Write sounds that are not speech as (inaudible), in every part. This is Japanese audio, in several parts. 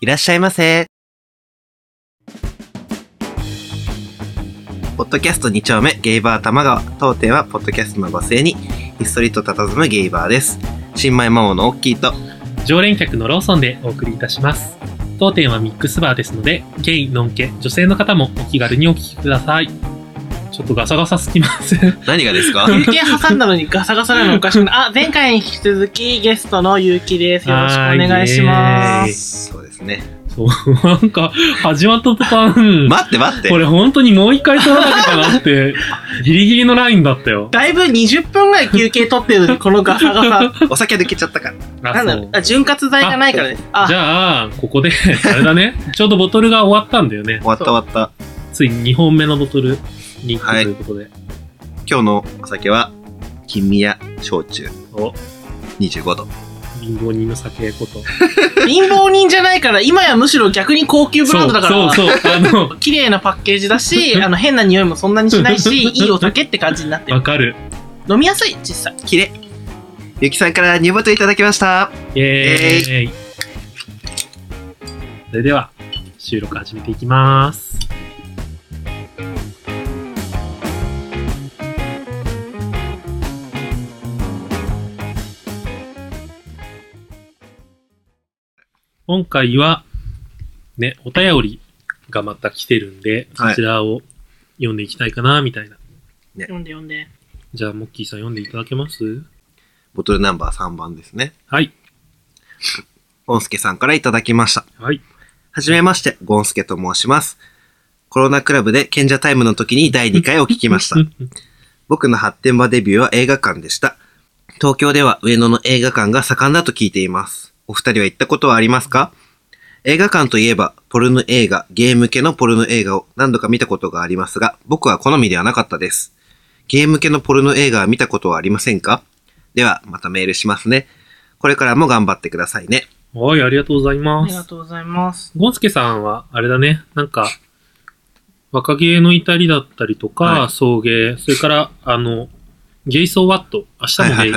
いらっしゃいませ。ポッドキャスト2丁目、ゲイバー玉川。当店は、ポッドキャストのバスへに、ひっそりと佇むゲイバーです。新米魔王のオッキーと、常連客のローソンでお送りいたします。当店はミックスバーですので、ゲイ、ノンケ、女性の方もお気軽にお聞きください。ちょっとガサガサすきます。何がです (laughs) か休憩挟んだのにガサガサなのおかし (laughs) くない。あ、前回に引き続きゲストのゆうきです。よろしくお願いしまはえーす。そうですね。そう、 (laughs) なんか、始まった途端、待って待って。これ本当にもう一回撮らなきゃかなって、 (laughs) ギリギリのラインだったよ。だいぶ20分ぐらい休憩取ってるのに、このガサ (laughs) ガお酒抜けちゃったから。あサ。なんだそろうう。あ、潤滑剤じゃないからです。あ、じゃあ、ここで、 (laughs) あれだね。ちょうどボトルが終わったんだよね。終わった終わった。ついに2本目のボトルに行くということで。今日のお酒は、金宮焼酎お、 25度。貧乏人の酒こと。貧乏人じゃないから、今やむしろ逆に高級ブランドだから。そうそう (laughs) そう。あの、綺麗なパッケージだし、あの変な匂いもそんなにしないし、いいお酒って感じになってわる。かる。飲みやすい、実際。きれい。ゆきさんから入ボトルいただきました。イエーイ。それでは、収録始めていきます。今回は、ね、お便りがまた来てるんで、はいそちらを読んでいきたいかな、みたいな。読んで読んで。じゃあ、モッキーさん読んでいただけますボトルナンバー3番ですね。はい。ゴンスケさんからいただきました。はい。はじめまして、ゴンスケと申します。コロナクラブで賢者タイムの時に第2回を聞きましたう。 (laughs) んうん僕の発展場デビューは映画館でした。東京では上野の映画館が盛んだと聞いています。お二人は行ったことはありますか映画館といえば、ポルノ映画、ゲーム系のポルノ映画を何度か見たことがありますが、僕は好みではなかったです。ゲーム系のポルノ映画は見たことはありませんかでは、またメールしますね。これからも頑張ってくださいね。はい、ありがとうございあまりがす。とうございます。ゴンスケさんは、あれだね、なんか、若芸の至りだったりとか、はい送迎、それから、あの、ゲイソーワット、明日もゲイい。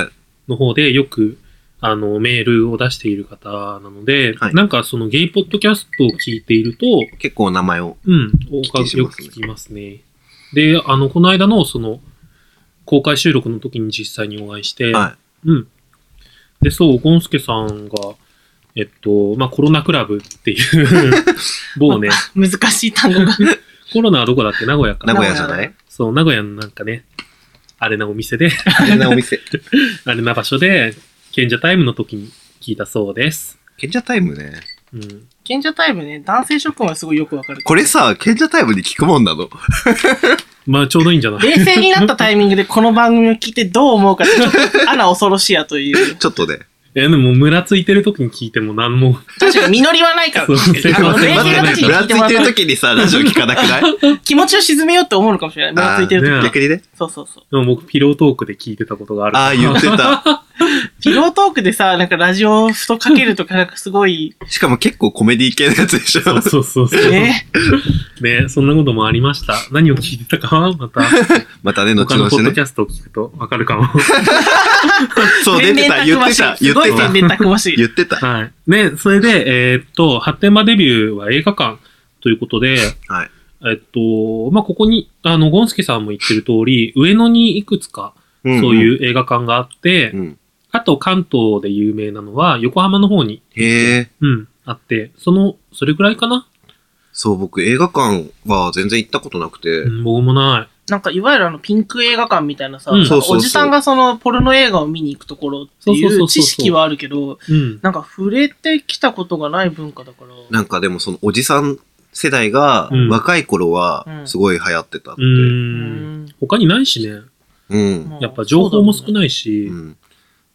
の方でよく、あの、メールを出している方なので、はいなんかそのゲイポッドキャストを聞いていると、結構名前を。うん、おか聞きしよまくすね聞きますね。で、あの、この間の、その、公開収録の時に実際にお会いして、はうん。で、そう、ゴンスケさんが、えっと、まあ、コロナクラブっ (laughs) ていう、某ね、 (laughs) 難しい単語が。コロナはどこだっけ名古屋い。か。名古屋じゃないそう、名古屋のなんかね、あれなお店で、 (laughs) あれなお店。あれな場所で、賢者タイムの時に聞いたそうです。賢者タイムね。うん。賢者タイムね、男性諸君はすごいよくわかる。これさ、賢者タイムに聞くもんなのまあ、ちょうどいいんじゃない冷静になったタイミングでこの番組を聞いてどう思うかって、ちょっと、穴恐ろしやという。ちょっとね。え、でも、ムラついてる時に聞いても何も、 (laughs) 確かに実りはないから。そうえ生あ徒待はのって生待徒は冷静っなてね、ぶらつ時に聞いてもいらってるた時にさ、ラジオ聞かなくない (laughs) 気持ちを沈めようって思うのかもしれない。ぶらついてるあーとねき。逆にね。そうそうそう。でも僕、ピロートークで聞いてたことがある。ああ、言ってた。ピロートークでさ、なんかラジオふとかけるとか、なんかすごい、しかも結構コメディ系のやつでしょ。そう (laughs) そうそうそう。ね。ね、そんなこともありました。何を聞いてたかはまた、またね、後他のポ々ッドねキ。ャストを聞くとわかるかも。そう、出てた、天然言ったくまてしいた、す言っごてい天た。然たくましい。言ってた。はい。ね、それで、えーっと、発展場デビューは映画館ということで、はい。えっと、まあ、ここに、あの、ゴンスケさんも言ってる通り、上野にいくつか、そ。そういうう映画館があって、うん。あと関東で有名なのは、横浜の方に、へえ。うん、あって、その、それぐらいかな、そう、僕映画館は全然行ったことなくてう。ん、僕もななんか、いわゆるあの、ピンク映画館みたいなさ、うんあのそうそうそうおじさんがその、ポルノ映画を見に行くところってそうそうそういそうう知識はあるけど、い。うん。なんか、触れてきたことがない文化だから。なんかでもそのおじさん世代がうん若い頃うはんすごい流行ってたって。うーん。他にないしね。うん。やっぱ情報も少い。ないしう、ん。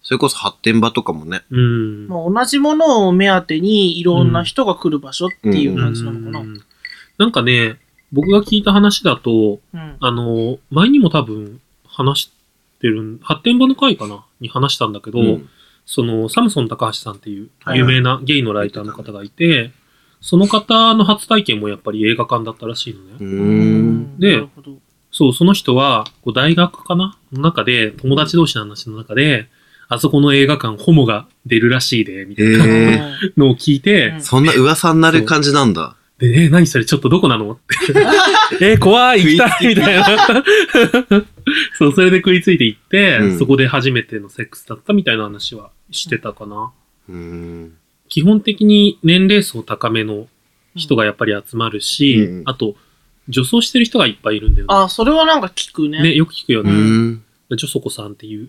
それこそ発展場とかもね。うん。まあ、同じものを目当てにいろんな人が来る場所っていう感じなのかな。うんなんかね、僕が聞いた話だと、うんあの、前にも多分話してるん、発展場の回かなに話したんだけど、うんその、サムソン高橋さんっていうはい有名なゲイのライターの方がいて、その方の初体験もやっぱり映画館だったらしいのね。ううーん。んでなるほどそう、その人は、こう大学かなの中で、友達同士の話の中で、あそこの映画館、ホモが出るらしいで、みたいへなえのを聞いて、 (laughs) そんな噂になる感じなんだ。で、え、何それちょっとどこ (laughs) なのって。え、怖い、行きたい、みたいな。 (laughs) そう、それで食いついて行って、うんそこで初めてのセックスだったみたいな話はしてたかな。うーん。基本的に年齢層高めの人がやっぱり集まるし、うんうんあと、女装してる人がいっぱいいるんだよね。あ、それはなんか聞くね。ね、よく聞くようーね。ん。女そこさんっていう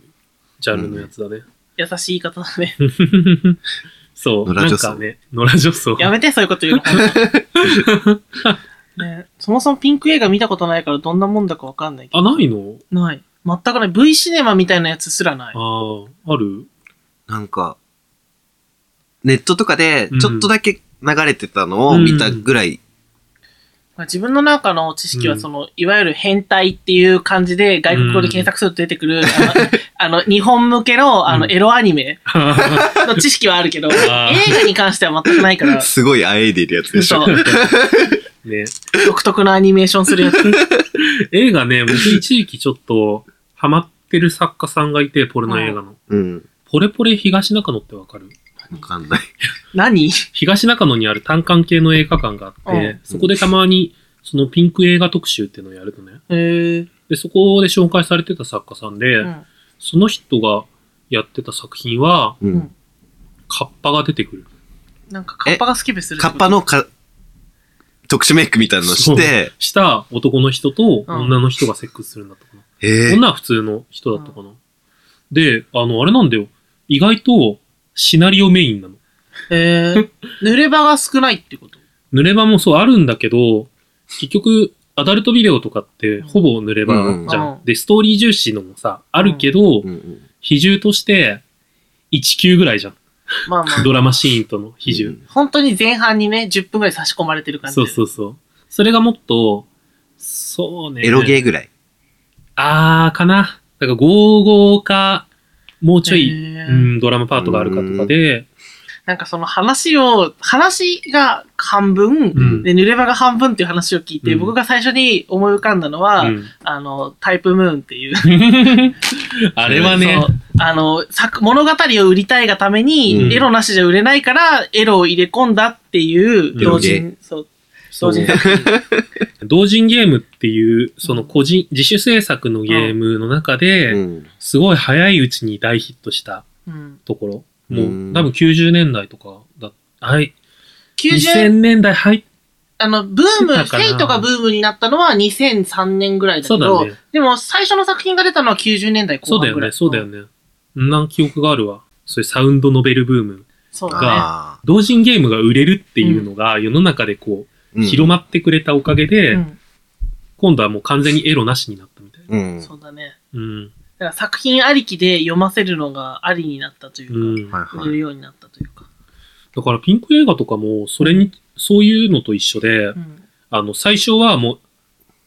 ジャンルのやつだね。優しい言い方だね。 (laughs) (laughs) そう、野良なん女装かね、野良女装。やめて、そういうこと言う (laughs) の。ね、そもそもピンク映画見たことないからどんなもんだかわかんないけあ、ないのど。ない。全くない。V シネマみたいなやつすらない。ああ、(laughs) あるなんか、ネットとかでうんちょっとだけ流れてたのを見たぐらい。まあ自分の中の知識うは、んその、いわゆる変態っていう感じで、外国語で検索すると出てくる、あの、あの日本向けの、あうの、んエロアニメ (laughs) あの知識はある (laughs) けど、映ー画に関しては全くない (laughs) から、すごいあえいでいるやつでしそょ。う、ね。独特のアニメーションするやつ。 (laughs) 映画ね、僕一時期ちょっとハマってる作家さんがいて、ポルノ映画の。うん。ポレポレ東中野ってわかるわかんない。何東中野にある単館系の映画館があって、うんそこでたまにそのピンク映画特集っていうのをやるのね。えー、で、そこで紹介されてた作家さんで、うん。その人がやってた作品は、ううんん。カッパが出てくる。なんか、カッパがスキップするってカこッと。パのか特殊メイクみたいなのして、した男の人と女の人がセックスするんだったかな。えー、女は普通の人だったかな。で、あの、あれなんだよ。意外とシナリオメインなの。えー、濡れ場が少ないってこと濡れ場もそうあるんだけど、結局、アダルトビデオとかってほぼ濡れ場じゃん。うんで、ストーリー重視のもさ、あるけど、うんうん比重として1級ぐらいじゃん。ま (laughs) あまあ。ドラマシーンとの比重。本当に前半にね、10分ぐらい差し込まれてる感じ。。そうそううそう。それがもっと、そうね。エロゲーぐらい。あー、かな。だから、55か、もうちょい、えーうん、ドラマパートがあるかとかで、なんかその話を、話が半分、うんで、濡れ場が半分っていう話を聞いて、うん僕が最初に思い浮かんだのは、うんあの、タイプムーンっていう。あれはねそ、うあの、作、物語を売りたいがために、うんエロなしじゃ売れないから、エロを入れ込んだっていう、同エロ人、そう、そう同人同人ゲームっていう、その個人、自主制作のゲームの中うで、ん。すごい早いうちに大ヒットしたうん。ところ。うんもう、多分90年代とかだ、はい、 90、 2000年代入っあの、ブーだム、からヘイトがブームになったのは2003年ぐらいだけそうだど、よね。でも最初の作品が出たのは90年代そ後うだ半よぐらね、い。そうだよね。なん記憶があるわ。そういうサウンドノベルブーム。うん。そうだね。あ同人ゲームが売れるっていうのが世の中でこーうう、ん広まってくれたおかげで、うん今度はもう完全にエロなしになったみたいな。うん。そうだね。うん。だから作品ありきで読ませるのがありになったといううか、ん。はいは売れい。るようになったというか。だからピンク映画とかも、それに、そういうのと一緒で、うんあの、最初はもう、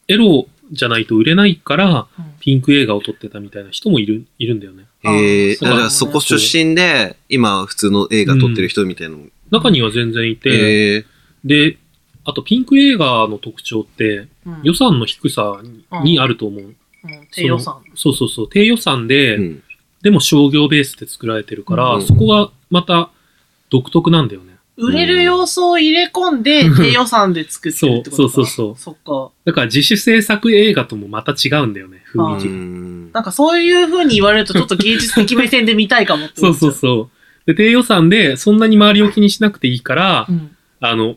エロじゃないと売れないから、うんピンク映画を撮ってたみたいな人もいる、いるんだよね。あえー、そうだだからそこ出身で、今普通の映画撮ってる人みたいなの。中には全然いて、えー、で、あとピンク映画の特徴って、うん予算の低さに,、うんあると思う。うん低予算。そうそうそう、低予算で、うん。でも商業ベースで作られてるから、うんそこがまた独特なんだよね。売れる要素を入れ込んで、うん低予算で作ってるってことかそうそうそうそっか。だから自主制作映画ともまた違うんだよね、う雰囲気が。ん。なんかそういう風に言われると、ちょっと芸術的目線で見たいかもってそ思うっちそゃうそう。で、低予算で、そんなに周りを気にしなくていいから、うん。あの、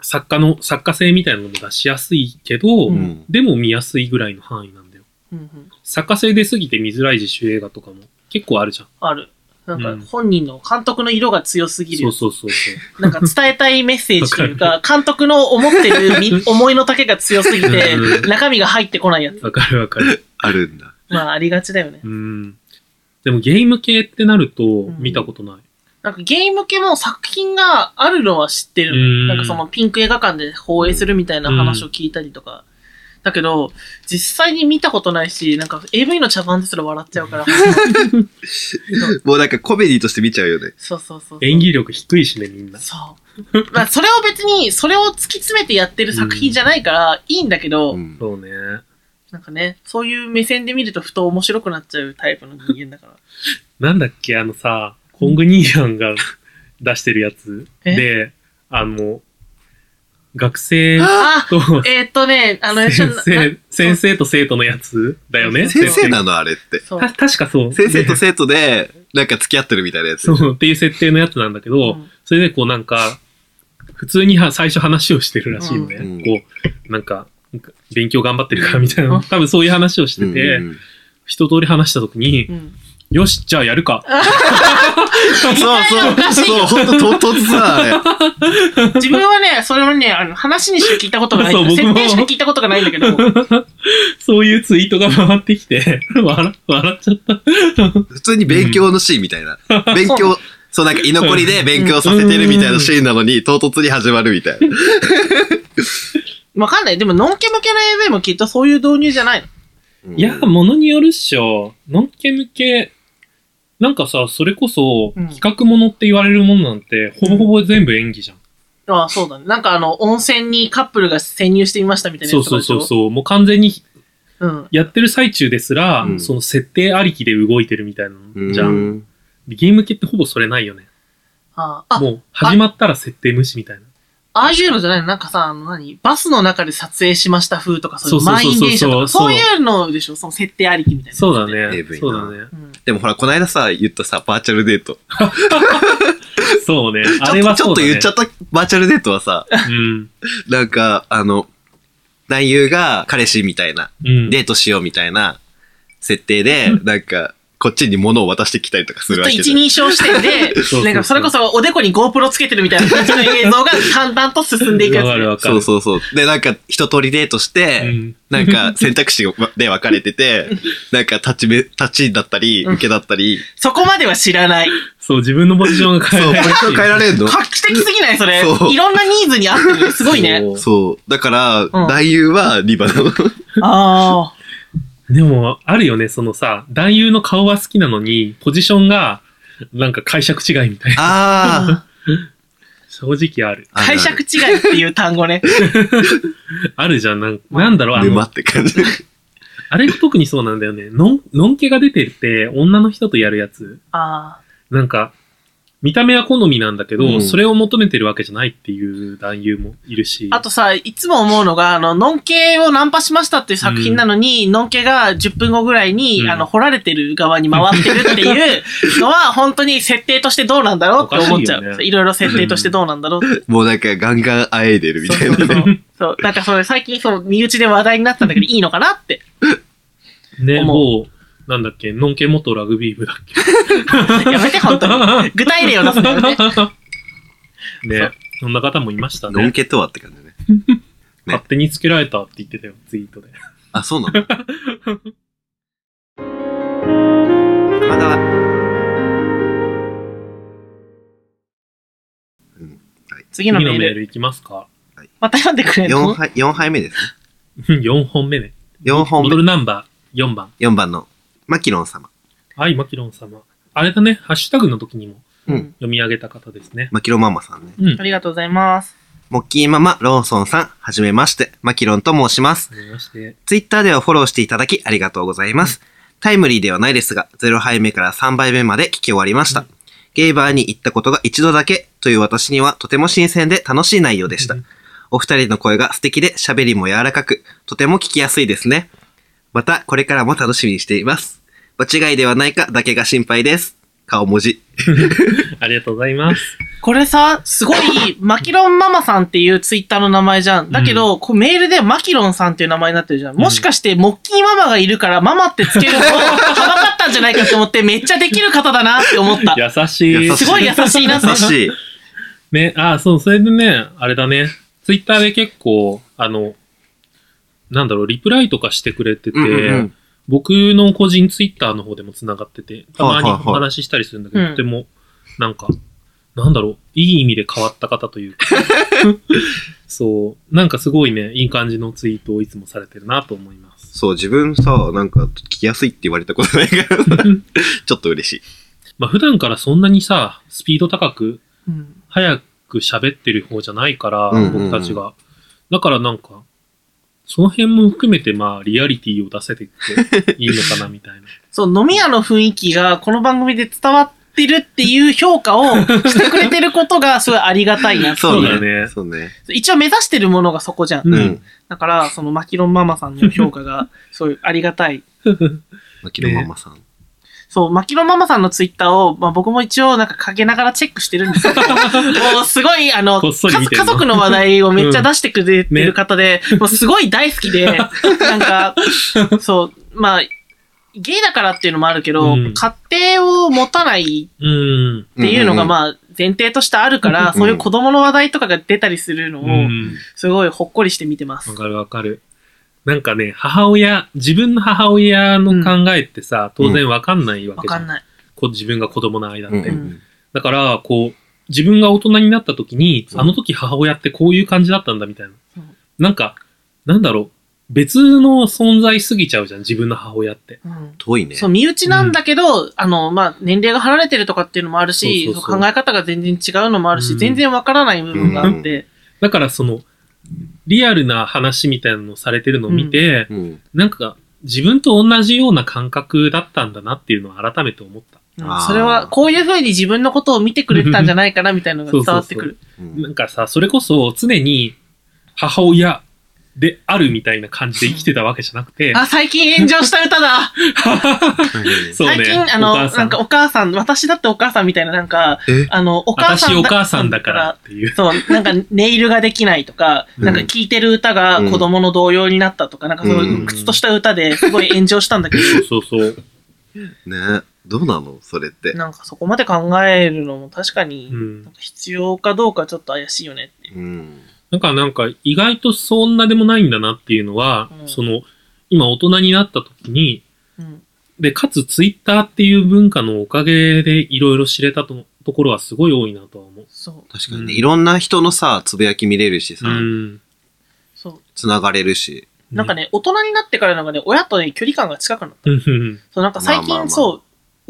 作家の、作家性みたいなのも出しやすいけど、うんでも見やすいぐらいの範囲なんだよ。うんうん作家性出すぎて見づらい自主映画とかも結構あるじゃん。ある。なんうんか本人の監督の色が強すぎるそう。そうそうそう。なんか伝えたいメッセージとい (laughs) うか、監督の思ってるみ思いの丈が強すぎてう、ん中身が入ってこないやつ。わかるわかる。あるんだ。まあありがちだよね。うん。でもゲーム系ってなるとん見たことない。なんかゲーム系も作品があるのは知ってるのうんよ。なんかそのピンク映画館で放映するみたいな話を聞いたりとか。だけど、実際に見たことないし、なんか AV の茶番ですら笑っちゃうから。もうなんかコメディとして見ちゃうよね。そうそうそうそう。演技力低いしね、みんな。そう。まあそれを別に、それを突き詰めてやってる作品じゃないから、いいんだけど、うん。そうね。なんかね、そういう目線で見るとふと面白くなっちゃうタイプの人間だから。なんだっけ、あのさ、コングニーランが出してるやつえで、あの、学生あと (laughs) えーっとね、あの、一緒先にな生、先生と生徒のやつだよね。先生なのあれって。そう。た確かそう。先生とで生徒で、なんか付き合ってるみたいなやつ。 (laughs) そう、っていう設定のやつなんだけど、うんそれでこうなんか、普通には最初話をしてるらしいのね。うんこう、なんか、なんか勉強頑張ってるからみたいな、多分そういう話をしうてんて、うん一通り話した時に、うん。よし、じゃあやるか。そうそう、そう、ほんと唐突さ、あれ。自分はね、それをね、あの、話にしか聞いたことがない。そう僕も設定しか聞いたことがないんだけど。そういうツイートが回ってきて、 (laughs) 笑笑っちゃった。普通に勉強のシーンみたいな。勉強、そうなんか居残りで勉強させてるみたいなシーンなのに、唐突に始まるみたいな。わかんない。でも、ノンケ向けの AV もきっとそういう導入じゃないの。いや、うんものによるっしょ。のんけ向け、なんかさ、それこそ、うん企画ものって言われるものなんて、ほぼほぼ全部演技じゃん。ああ、そうだね。なんかあの、温泉にカップルが潜入してみましたみたいなそやうつとかそうでそしょうそう。もう完全にうん。やってる最中ですら、うんその設定ありきで動いてるみたいなのじゃ。うんん。ゲーム系ってほぼそれないよね。ああ、あもう始まったら設定無視みたいな。ああいうのじゃないのなんかさ、あの何バスの中で撮影しました風とか、そそうういうそう満そう員そう電車とか、そそうういうのでしょその設定ありきみたいな。そうだねね。そうだね。うん。でもほら、この間さ、言ったさ、バーチャルデート。そうね。ちあょっれとはちょそっうとだね。言っちゃったバーチャルデートはさ、うん。なんか、あの、男優が彼氏みたいな、うん。デートしようみたいな設定で、なんか、こっちに物を渡してきたりとかすずるわっとけ (laughs) 一で。人称視点でう (laughs) そうそう、なんかそれこそおでこに GoPro つけてるみたいな感じの映像が淡々と進んでいくやつわかるね。わかそる。うそうそう。で、なんか、一通りデートして、うんなんか、選択肢で分かれてて、なんか、立ち目、立ちだったり、うん受けだったり、そこまでは知らない。そう、自分のポジションがそう、変ポジえられショる (laughs) ン変えられるの画期的すぎないそれ。そういろんなニーズに合ってるね。すごいね。そうそう。だから、男優はリバなの。あでも、あるよね、そのさ、男優の顔は好きなのに、ポジションが、なんか解釈違いみたい (laughs) な。 (laughs) ああ。正直ある。あ。解釈違いっていう単 (laughs) 語ね。あるじゃん、なんなんだろう、あの沼って感じ。あれ特にそうなんだよね。のん、のんけが出てて、女の人とやるやつ。あなんか、見た目は好みなんだけど、うんそれを求めてるわけじゃないっていう男優もいるし。あ。あとさ、いつも思うのが、あの、ノンケをナンパしましたっていう作品なのに、ノンケが10分後ぐらいに、うんあの、掘られてる側に回ってるっていうのは、本当に設定としてどうなんだろうって思っちゃおかしいよう。ねいろいろ設定としてどうなんだろうって。もうなんか、ガンガンあえいでるみたいなそうね。そうそうそう、なんかそれ最近その身内で話題になったんだけど、いいのかなって。ね、思うもう、なんだっけ、のんけ元ラグビー部だっけ。やめて、本当に。具体例を出すんだよ (laughs) ね。ね、そんな方もいましたのんね。けとはって感じね。勝手につけられたって言ってたよ、ツイートで。あ、そう (laughs) なんだ。まだ。次の次メのメーール。ルいきますか。 (laughs) また読んでくれる4の杯、四杯目ですね。 4本目ね。 4本ボト目。ルナンバー4番。 4番の、マキロン様。はい、マキロン様。あれだね、ハッシュタグの時にもうん読み上げた方ですね。マキロンママさんね。うんあ。りがとうございます。モッキーママ、ローソンさん、はじめまして、マキロンと申します。はじめまして。ツイッターではフォローしていただきありがとうございます。タイムリーではないですが、0杯目から3杯目まで聞き終わりましうた。ゲイバーに行ったことが一度だけという私にはとても新鮮で楽しい内容でしたうん。お二人の声が素敵で喋りも柔らかく、とても聞きやすいですね。また、これからも楽しみにしています。間違いではないかだけが心配です。顔文字。 (laughs) ありがとうございます。これさ、すごい、マキロンママさんっていうツイッターの名前じゃん。だけど、こうメールでマキロンさんっていう名前になってるじゃん。もしかして、モッキーママがいるから、ママってつけるの、はばかったんじゃないかと思って、めっちゃできる方だなって思 (laughs) った。優しい。優しすごい優しいなって優。しい。ね、あー、そう、それでね、あれだね、ツイッターで結構、あの、なんだろう、リプライとかしてくれてて、うんうんうん僕の個人ツイッターの方でも繋がってて、たまはにいおはいはい話ししたりするんだけど、うんとても、なんか、なんだろう、いい意味で変わった方 (laughs) というか、そう、なんかすごいね、いい感じのツイートをいつもされてるなと思います。 (laughs) そう、自分さ、なんか、聞きやすいって言われたことないから (laughs) さ、ちょっと嬉しい。まあ普段からそんなにさ、スピード高くうん早く喋ってる方じゃないから、うんうんうん僕たちが。だからなんか、その辺も含めて、まあ、リアリティを出せ (laughs) てっていいのかな、みたいな。そう、飲み屋の雰囲気がこの番組で伝わってるっていう評価をしてくれてることがすごいありがたい (laughs) なってそうそうだねね。そうね。一応目指してるものがそこじゃん。うんうん。だから、そのマキロンママさんの評価がそういうありがたい。マキロママさん。そう、マキロンママさんのツイッターを、まあ僕も一応なんかかけながらチェックしてる (laughs) んですけど、もうすごい、あの、こ家っそり見てんの族家族の話題をめっちゃ出してくれてる方で、もうすごい大 (laughs) 好きで、なんか、そう、まあ、ゲイだからっていうのもあるけど、うん家庭を持たないうん。っていうのがあ、まあ前提としてあるから、んそういう子供の話題とかが出たりするのうを、ん。すごいほっこりして見てますわ。かるわかる。なんかね、母親、自分の母親の考えってさ、当然わかんないわわけじゃかん。んない。こ自分が子供の間って。うんだから、こう、自分が大人になった時に、そうあの時母親ってこういう感じだったんだみたいなそう。なんか、なんだろう、別の存在すぎちゃうじゃん、自分の母親って。うん遠いね。そう、身内なんだけど、あの、まあ、年齢が離れてるとかっていうのもあるし、そうそうそうそう考え方が全然違うのもあるし、うん全然わからない部分があって、だから、その、リアルな話みたいなのをされてるのを見て、うん。なんか、自分と同じような感覚だったんだなっていうのを改めて思った。うんあーそれは、こういうふうに自分のことを見てくれてたんじゃないかな、みたいなのが伝わってくる。うんなんかさ、それこそ常に母親であるみたいな感じで生きてたわけじゃなくて、あ、最近炎上した歌だ (laughs) そうね最近、あの、お母さんなんかお母さん、私だってお母さんみたいな、なんか、えあの、お母さ私んお母さんだからっていう。そう、なんかネイルができないと (laughs) か、うんなんか聴いてる歌が子供の童謡になったとか、なんかそういう靴とした歌ですごい炎上したんだけど、そうそうそう。ねどうなのそれって。なんかそこまで考えるのも確かにう、んなんか必要かどうかちょっと怪しいよねっていう。うん。なんかなんか意外とそんなでもないんだなっていうのは、うんその今大人になった時に、うん。で、かつツイッターっていう文化のおかげでいろいろ知れたとところはすごい多いなとは思う。そう、確かにね、うんいろんな人のさ、つぶやき見れるしさ、うん。そう。つながれるし。なんかね。ね、大人になってからなんかね、親とね、距離感が近くなった。うんうんそう、なんか最近、まあまあまあそう、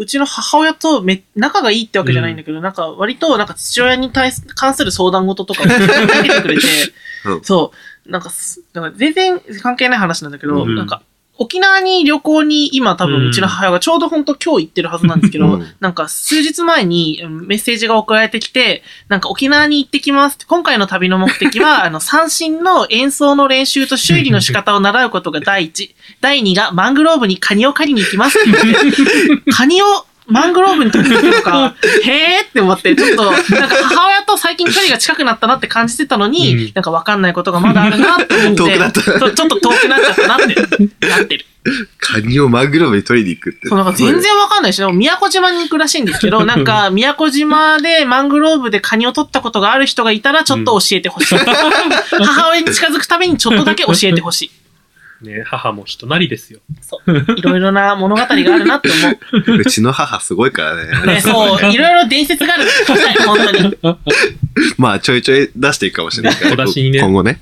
うちの母親とめ、仲がいいってわけじゃないんだけど、なんか割と、なんか父親に対す、関する相談事とかを (laughs) 投げてくれて、 (laughs) うんそう、なんかす、なんか全然関係ない話なんだけど、うんなんか、沖縄に旅行に今多うん分うちの母親がちょうど本当今日行ってるはずなんですけど、うんなんか数日前にうんメッセージが送られてきて、なんか沖縄に行ってきますって、今回の旅の目 (laughs) 的は、あの、三振の演奏の練習と修理の仕方を習うことが第一。第二がマングローブにカニを狩りに行きますって (laughs) 言って、カニをマングローブに取りに行くのか、へーって思って、ちょっと、なんか母親と最近距離が近くなったなって感じてたのに、うんなんかわかんないことがまだあるなって思って、遠くなったそうちょっと遠くなっちゃったなって、なってる。カニをマグロに取りに行くって。そう、なんか全然わかんないし、でも宮古島に行くらしいんですけど、なんか、宮古島でマングローブでカニを取ったことがある人がいたら、ちょっと教えてほしい。母親に近づくためにちょっとだけ教えてほしい。ね、母も人なりです (laughs) よ。いろいろな物語があるなって思う。うちの母すごいからね。 (laughs) ね、そう、いろいろ伝説がある。はい本当 (laughs) に。まあ、ちょいちょい出していくかもしれないから、小出しにね今後ね。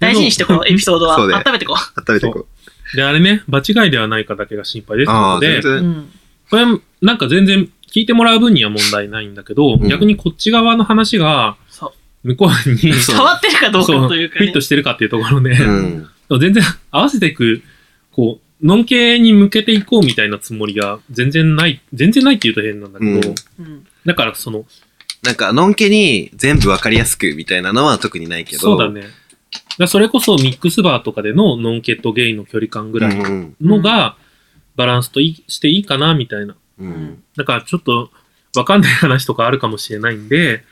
大事にしてこう、エピソードは。そうだよ温めてこ温めていこう。で、あれね、場違いではないかだけが心配ですあのあ、で全、う。う然。ん。これ、なんか全然聞いてもらう分には問題ないんだけど、ん逆にこっち側の話がそう。向こうに、そう変わってるかどうかそう、というか、フィッねト。してるかっていうところで、うん。でも全然合わせていく、こう、ノン系に向けていこうみたいなつもりが全然ない、全然ないっていうと変なんだけど、うんうんだからその、なんか、のんけに全部わかりやすくみたいなのは特にないけど。そうだね。だからそれこそミックスバーとかでのノンケとゲイの距離感ぐうん。らういん。のが、バランスといいしていいかなみたいな。うんんだからちょっと、わかんない話とかあるかもしれないんで、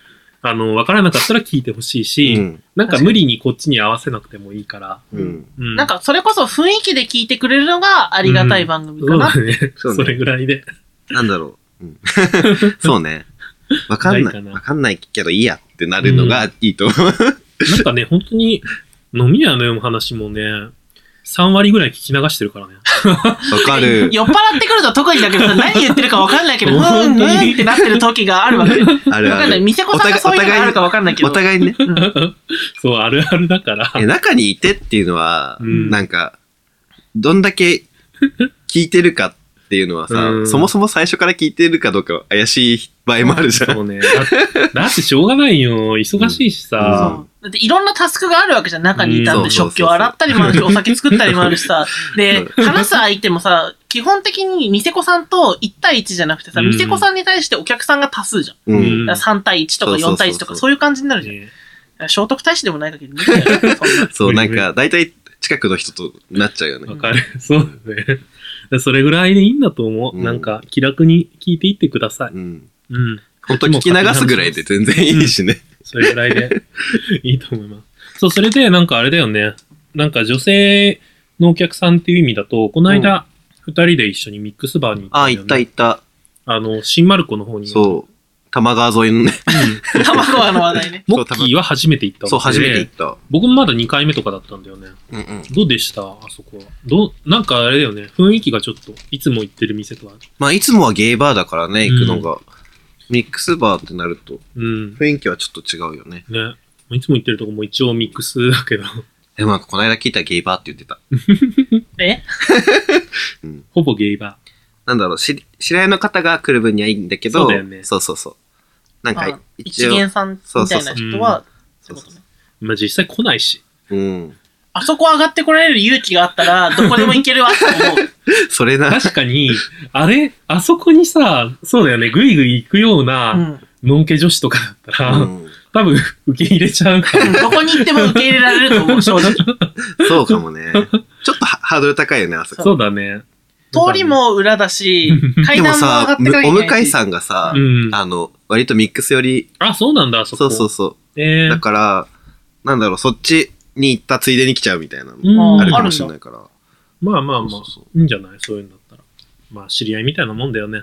あの、わからなかったら聞いてほしいし、うん。なんか無理にこっちに合わせなくてもいいから。うん。うん。なんか、それこそ雰囲気で聞いてくれるのがありがたい番組そかうな。だね。そそうねれぐらいで。なんだろう。うん (laughs) そうね。わかんな。ないいかなわかんないけどいいやってなるのがいいと思う。なんかね、本当に、飲み屋のような話もね、3割ぐらい聞き流してるからね。わかる。 (laughs) 酔っ払ってくると特にだけどさ、何言ってるかわかんないけど、うん、本う当にんってなってる時があるわけ。あるわかあんない。る。店子さんがそういうのがあるかわかんないけど。お互いにね。うんそう、あるあるだから。え中にいてっていうのは、うんなんか、どんだけ聞いてるかっていうのはさ、うんそもそも最初から聞いてるかどうか怪しい場合もあるじゃん。 (laughs) そうね。だだってしょうがないよ。忙しいしうんさ。そうだっていろんなタスクがあるわけじゃん。中にいたんうんで、そうそう食そう器を洗ったりもあるし、お酒作ったりもあるし (laughs) さ。で、話す相手もさ、基本的に店子さんと1対1じゃなくてさ、うん店子さんに対してお客さんが多数じゃん。ううんん。だから3対1とかそうそうそう4対1とか、そういう感じになるじゃん。ね聖徳太子でもない限り無理だよ、そんな。そう、 (laughs) なんか、だいたい近くの人となっちゃうよねわ。かる。そうだね。それぐらいでいいんだと思う。うんなんか、気楽に聞いていってください。うん。うん。ほんと聞き流すぐらいで全然いいしね。それぐら (laughs) いでいいと思います。そう、それでなんかあれだよね。なんか女性のお客さんっていう意味だと、この間、二人で一緒にミックスバーに行ったあ、んだよね、行った行った。あの、新丸子の方に。そう。玉川沿いのね。卵はの話題ね。モッキーは初めて行った (laughs) そう、わけ初でめて行った。僕もまだ2回目とかだったんだよね。うんうん。どうでしたあそこは。どう、なんかあれだよね。雰囲気がちょっと、いつも行ってる店とは。まあ、いつもはゲイバーだからね、行くのが。ミックスバーってなると、うん。雰囲気はちょっと違うよね。ね。いつも行ってるとこも一応ミックスだけど、 (laughs) でもなんか、この間聞いたらゲイバーって言ってた。えほぼゲイバなんだろう、知知り合いの方が来る分にはいいんだけど、そうだよねそうそうそう。なんあか、一一応、元さんみたいな人は、そうそうそそうういうことねー。まあ、実際来ないし。うん。 (laughs) あそこ上がってこられる勇気があったら、どこでも行けるわっ (laughs) て思う。それな、確かに、 (laughs) あれ、あそこにさ、そうだよね、ぐいぐい行くよううな、ん。のんけ女子とかだったら、うん、多分、受け入れちゃうから。どこに行っても受け入れられると思う、 (laughs) 正直。そうかもね。ちょっとハハードル高いよね、あそこ。 (laughs) そうだね。通りも裏だし、階でも段も上がさっ、てむかなきゃおい向けなかいいし。さんがさう、ん。あの、割とミックス寄り、あ、そうなんだ、あそこ。そうそうそえう。ーだから、なんだろう、そっちに行ったついでに来ちゃうみたいなうの、ん、あるかもしれないから。まあまあまあそうそうそいいんじゃないそういうんだったら。まあ、知り合いみたいなもんだよね。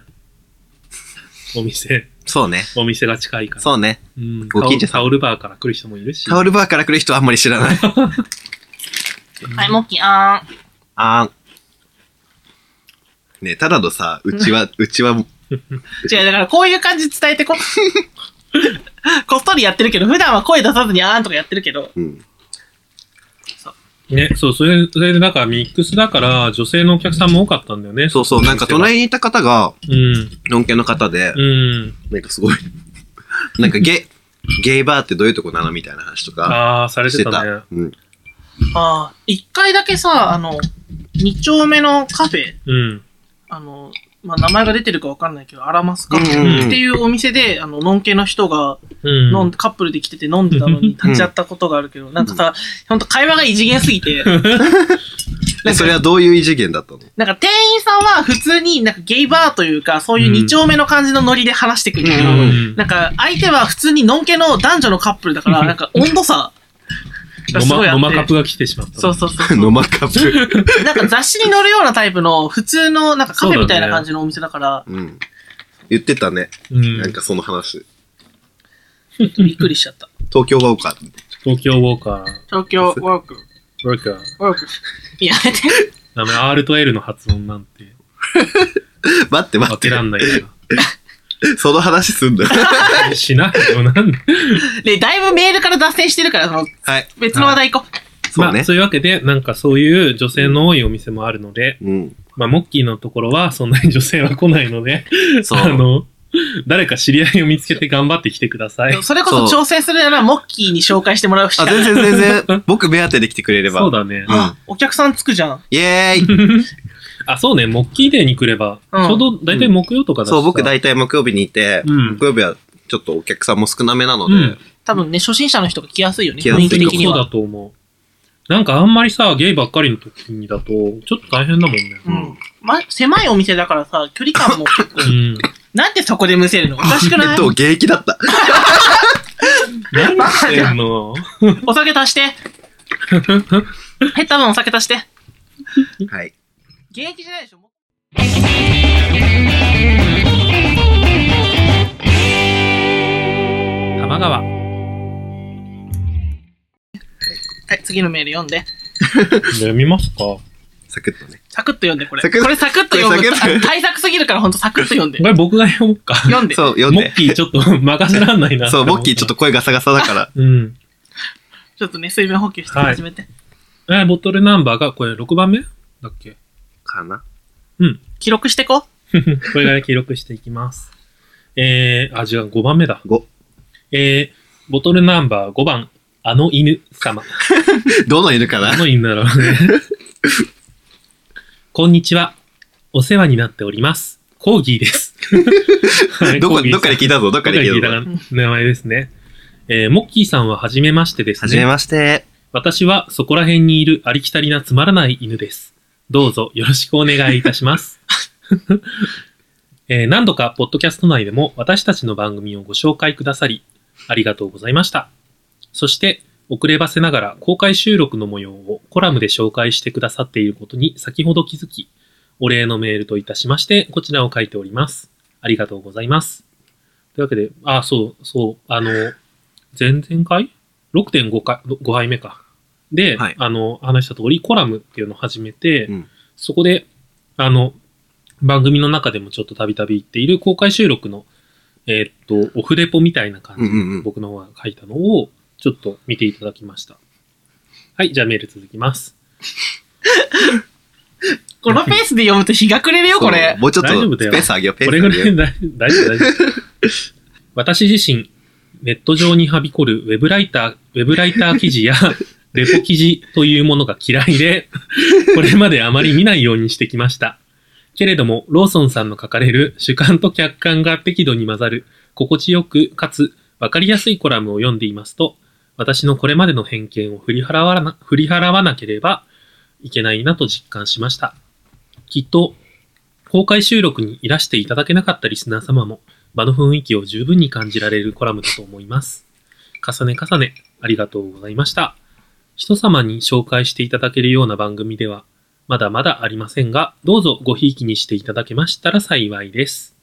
お店、そうね。お店が近いから。そうね。うん、ご近所さんタオルタオルバーから来る人もいるし。タオルバーから来る人はあんまり知らない。はい、モッキー、あーん。あーん。ねただのさ、うちは、うちは、違う、だからこういう (laughs) 感じ伝えてこ。こっそりやってるけど、普段は声出さずにあーんとかやってるけど、うん。ね、そう、それそれで、だからミックスだから、女性のお客さんも多かったんだよね。そうそう、なんかい。隣にいた方が、うん。のんけの方で、うん。なんかすごい、 (laughs) なんかゲ、ゲイバーってどういうとこなのみたいな話とかああ、されしててたねた。。うん。あー、一回だけさ、あの、二丁目のカフェ、うん。あの、まあ、名前が出てるかわかんないけど、アラマスカフうんうんェっていうお店で、あの、ノン系の人が、うん。飲んカップルで来てて飲んでたのに立ち会ったことがあるけど、なんかさ、ほんと会話が異次元すぎて、え、それはどういう異次元だった (laughs) のなんか店員さんは普通になんかゲイバーというか、そういう二丁目の感じのノリで話してくるけど、うんうんなんか相手は普通にノンケの男女のカップルだから、なんか温度差がノすごいマあノマっカッて。プが来てしまった。そうそうそうそノマカッ (laughs) プ。う。なんか雑誌に載るようなタイプの普通のなんかカフェみたいな感じのお店だから、うん。言ってたね。うんなんかその話。びっくりしちゃった。東京が多かった。東京ウォーカー、東京ワーク、ウォーカー。ワーク。いや、やめて。ダメ、R と L の発音なんて、待って待わっけてら。んないかその話すん (laughs) だ。 (laughs) ら。しなくてもなんで。で、だいぶメールから脱線してるから、そのはい。別の話題行こう。そうまあ、ねそ。ういうわけで、なんかそういう女性の多いお店もあるので、うん。まあ、モッキーのところはそんなに女性は来ないので、そあう。の、誰か知り合いを見つけて頑張ってきてください。それこそ挑戦するなら、モッキーに紹介してもらうしかあ、ない全然全然。僕目当てで来てくれれば。そうだね。うんお客さんつくじゃん。イエ (laughs) ーイあ、そうね、モッキーデーに来れば、うんちょうど大体木曜とかだしさそう、僕大体木曜日にいて、うん木曜日はちょっとお客さんも少なめなのうんで、多分ね、初心者の人が来やすいよね、来や雰すい囲気的にそうだは。と思う。なんかあんまりさ、ゲイばっかりの時にだと、ちょっと大変だもんね。う。ん。ま、狭いお店だからさ、距離感も結構う。ん。なんなんでそこでむ (laughs) せるのおかしくえなっいと、現役だった。何してんのお酒足して。 (laughs) ヘッダ分お酒足して。はい。現役じゃないでしょ玉川。はい、次のメール読んで。読みますかこサクッとね。サクッと読んで、これ。サクッこれサクッと読これサクッむ。と対策すぎるからほんとサクッ (laughs) と読んで。れ僕が読もうか。読んで。そう、読んモッで。キーちょっと (laughs) 任せらんないな。そう、モッキーちょっと。声がサガサだから。うん。ちょっとね、水分補給してはい始めて。え、ボトルナンバーが、これ6番目だっけかな。うん。記録して (laughs) こ。これから記録していきます。えー、あ、違う、5番目だ。 5。えー、ボトルナンバー5番、あの犬様。どの犬かなどの犬だろうね。 (laughs) こんにちは。お世話になっております。コーギ (laughs) ーです。はいどコこ、ーギーどっかで聞いたぞ、どっかで聞いたぞ。どっかで聞いた名前ですね。えーモッキーさんは初めましてですはじめね。まして。私はそこら辺にいるありきたりなつまらない犬です。どうぞよろしくお願いいたします。えー何度かポッドキャスト内でも私たちの番組をご紹介くださり、ありがとうございました。そして、遅ればせながら公開収録の模様をコラムで紹介してくださっていることに先ほど気づき、お礼のメールといたしまして、こちらを書いております。ありがとうございます。というわけで、あ、そう、そう、あの、前々回 ?6.5 回、5杯目か。で、はいあの、話した通り、コラムっていうのを始めて、うんそこで、あの、番組の中でもちょっとたびたび言っている公開収録の、えーっと、オフレポみたいな感じうんうんうん。僕の方が書いたのを、ちょっと見ていただきました。はい、じゃあメール続きます。このペースで読むと日が暮れるよ、こそうれ。もうちょっ大丈夫とスだよペース上げよう、ペーこスれ上ぐげらよいだ、大丈夫、大丈夫。 (laughs) 私自身、ネット上にはびこるウェブライター、ウェブライター記事 (laughs) や、レポ記事というものが嫌いで、これまであまり見ないようにしてきました。けれども、ローソンさんの書かれる主観と客観が適度に混ざる、心地よくかつ分かりやすいコラムを読んでいますと、私のこれまでの偏見を振り払わな振り払わなければいけないなと実感しました。きっと公開収録にいらしていただけなかったリスナー様も場の雰囲気を十分に感じられるコラムだと思います。重ね重ねありがとうございました。人様に紹介していただけるような番組ではまだまだありませんが、どうぞごひいきにしていただけましたら幸いです。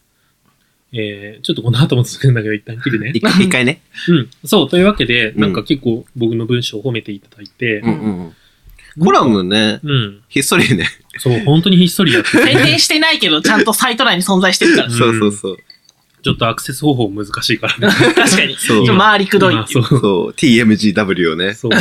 えー、ちょっとこの後も続くんだけど一旦切るねう。。 (laughs) 一回一回ね。うん。そう、というわけで、うんなんか結構僕の文章を褒めていただいて、うんうんうん。コラムね、うん。ひっそりね。そう、本当にひっそりやって宣て、伝してないけど、ちゃんとサイト内に存在してるから。そうそう (laughs) そう。ちょっとアクセス方法難しいからね。 (laughs) 確かに。そうちょ回りくどいまあってい。そうう。そう、TMGW をね、そう。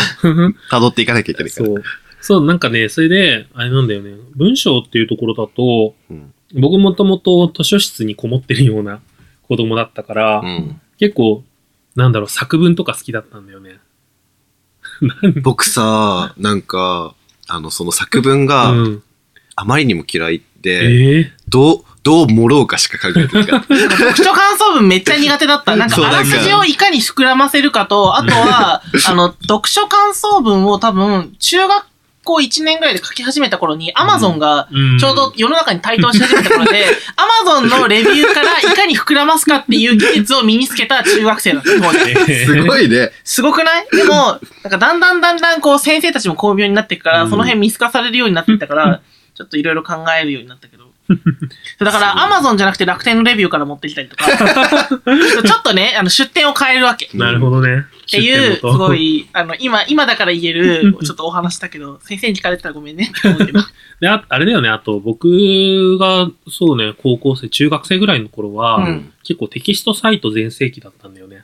辿っていかなきゃいけないかそら。う。そう、なんかね、それで、あれなんだよね、文章っていうところだと、うん僕もともと図書室にこもってるような子供だったから、うん。結構、なんだろう、作文とか好きだったんだよね。僕さ、なんか、あの、その作文うがん。あまりにも嫌いえで、ーどう、どう盛ろうかしか考えてなかった。読書感想文めっちゃ苦手だった。なんそうか、なあんからすじをいかに膨らませるかと、あとは、あの、読書感想文を多分、中学校1年ぐらいで書き始めた頃に、アマゾンが、うんちょ (laughs) うど世の中に台頭し始めた頃で、アマゾンのレビューからいかに膨らますかっていう技術を身につけた中学生だった。当時 (laughs) すごいね。すごくないでも、なんかだんだんだんだんこう先生たちも巧妙になっていくから、うんその辺見透かされるようになっていったから、ちょっといろいろ考えるようになったけど。 (laughs) そうだから、アマゾンじゃなくて楽天のレビューから持ってきたり (laughs) とか、ちょっとね、あの、出店を変えるわけ。っなるほどね。っていう、すごい、あの、今、今だから言え (laughs) る、ちょっとお話だけど、先生に聞かれたらごめんねって思うけど。で、ああれだよね、あと僕が、そうね、高校生、中学生ぐらいの頃は、うん結構テキストサイト全盛期だったんだよね。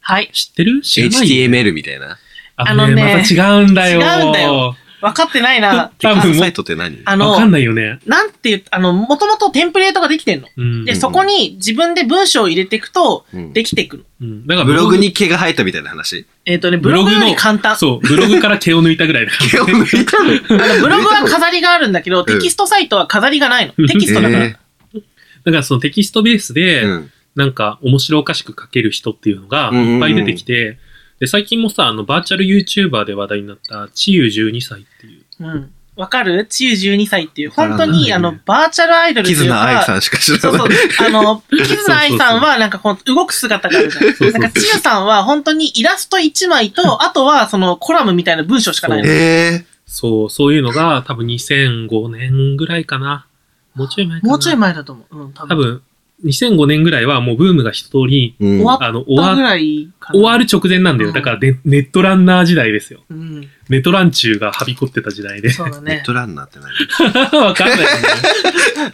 はい。知ってる知らない HTML みたいな。あのね、あのねまた違うんだよ。違うんだよ。分かってないな。多テキス分トもサイトって何あわかんの、ないよね。なんていう、あの、もともとテンプレートができてんの。うん。で、そこに自分で文章を入れていくと、うんできていくの。うん、だからブログに毛が生えたみたいな話。えっ、とね、ブログより簡単。そう、ブログから毛を抜いたぐらいだ (laughs) から毛を抜いたのあのブログは飾りがあるんだけど、テキストサイトは飾りがないの。テキストだから。えーだからそのテキストベースで、うんなんか面白おかしく書ける人っていうのがうんうんうんいっぱい出てきて、で、最近もさ、あの、バーチャル YouTuber で話題になった、ちゆ12歳っていう。うん。わかる治癒12歳っていう、わか本らな当いに、あの、バーチャルアイドルとキズいうナアイか、さんしか知そらうなそ。。いうあの、キズナアイさんは、なんかこう、動く姿があるじゃん。そうそうそうなんか、チユさんは、本当にイラスト1枚と、あとは、その、コラムみたいな文章しかないの。えそう、そういうのが多分2005年ぐらいかな。もうちょい前かな。もうちょい前だと思う。うん、多多分。分、2005年ぐらいはもうブームが一通り、ぇー。終わっあの、終わぐらいかな。終わる直前なんだよ。うんだからネネットランナー時代ですよ。うん。ネットラン中がはびこってた時代で。 (laughs) そうだネねッ。トランナーって何わかんないよ (laughs) ね。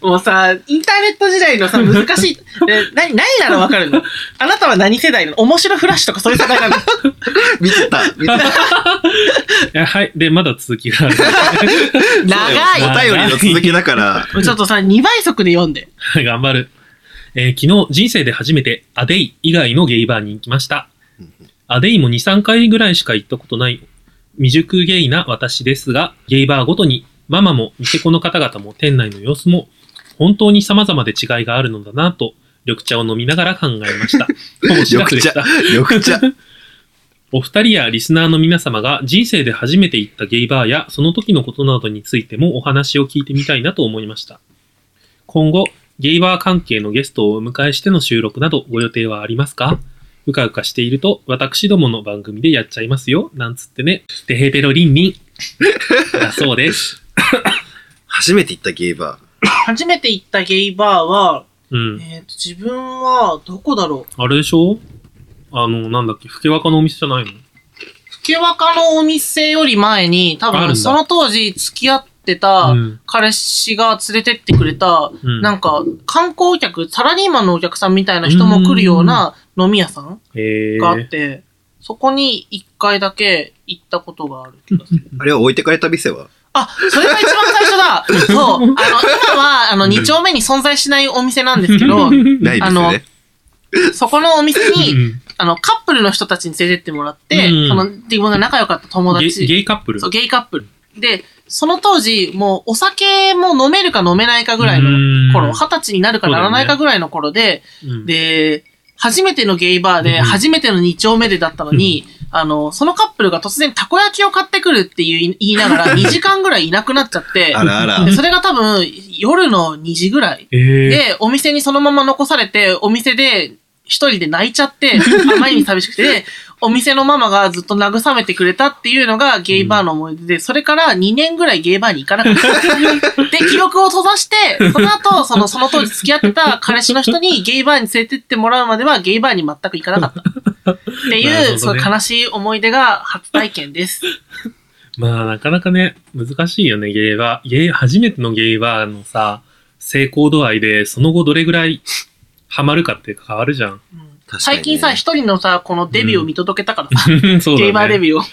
もうさ、インターネット時代のさ、難 (laughs) しい。え、な、何ならわかるのあなたは何世代なの面白フラッシュとかそういう世代な (laughs) の見てた見てたいやはい。で、まだ続きがある。長お便りの続きだから。いちょっとさ、2倍速で読んで。 (laughs) 頑張る。えー昨日人生で初めてアデイ以外のゲイバーに行きました。アデイも2、3回ぐらいしか行ったことない未熟ゲイな私ですが、ゲイバーごとにママもニセコの方々も店内の様子も本当に様々で違いがあるのだなと、緑茶を飲みながら考えました。ほぼシラフでした。緑茶。お二人やリスナーの皆様が人生で初めて行ったゲイバーやその時のことなどについてもお話を聞いてみたいなと思いました。今後、ゲイバー関係のゲストをお迎えしての収録などご予定はありますかうかうかしていると、私どもの番組でやっちゃいますよ、なんつってね。てへぺろりんりん。 (laughs) だそうです。初めて行ったゲーバ初めて行ったゲイバーは、うん。えー、と自分はどこだろうあれでしょあの、なんだっけ、ふけわかのお店じゃないの吹け若のお店より前に多あるんだ分その当時付き合ってたうん彼氏が連れてってくれた、うんなんか観光客サラリーマンのお客さんみたいな人も来るような飲み屋さんへがあって、そこに一回だけ行ったことがある気がする。ー。あれは置いてかれた店は (laughs) あ、それが一番最初だ (laughs) そう。あの、今は、あの、二丁目に存在しないお店なんですけど、 (laughs) ないですよね。そこのお店うに、んあの、カップルの人たちに連れてってもらって、うんその、自分が仲良かった友ゲ達。イゲイカップルそう、ゲイカップル。で、その当時、もうお酒も飲めるか飲めないかぐらいうーのん頃、二十歳になるかならないかぐらいの頃で、うんで、初めてのゲイバーで、うん初めての二丁目でだったのに、あの、そのカップルが突然たこ焼きを買ってくるっていう言いな (laughs) がら、2時間ぐらいいなくなっちゃってあ、らあらで。それが多分夜の2時ぐらい。えーで、お店にそのまま残されて、お店で一人で泣いちゃって、あまりに寂しくて、でお店のママがずっと慰めてくれたっていうのがゲイバーの思い出で、それから2年ぐらいゲイバーに行かなかった。で、記録を閉ざして、その後、その、その当時付き合ってた彼氏の人にゲイバーに連れてってもらうまではゲイバーに全く行かなかった。ってなるほいどう、ねそう悲しい思い出が初体験です。まあ、なかなかね、難しいよね、ゲイバー。ゲイ、初めてのゲイバーのさ、成功度合いで、その後どれぐらいハマるかって変わるじゃ (laughs) ん。うん確かにね最近さ、一人のさ、このデビューを見届けたからさ、そうだね。ゲイバーデュー。ビューを。う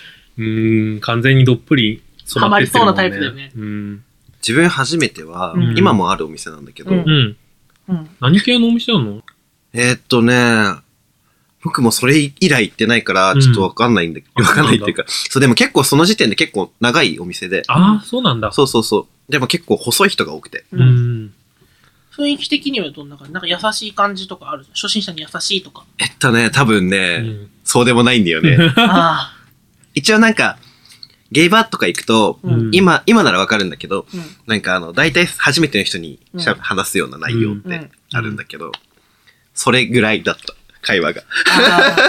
ーん、完全にどっぷり染まってってるもん、ね、ハマりそうなタイプだよねうん。自分初めては、うん今もあるお店なんだけど、うんうん。うん。何系のお店なのえーっとね、僕もそれ以来行ってないから、ちょっとわかんないんだ、うんわかんないっていうか、そう、でも結構その時点で結構長いお店で、ああ、そうなんだ。そうそうそう。でも結構細い人が多くて。う。ん。雰囲気的にはどんな感じなんか優しい感じとかある初心者に優しいとか。えっとね、多分うね、ん。そうでもないんだよね。 (laughs) ああ。一応なんか、ゲイバーとか行くと、うんうん今、今ならわかるんだけど、うんなんかあの、大体初めての人にしゃ、うん話すような内容っうんうてんあるんだけど、それぐらいだった、会話が。ああ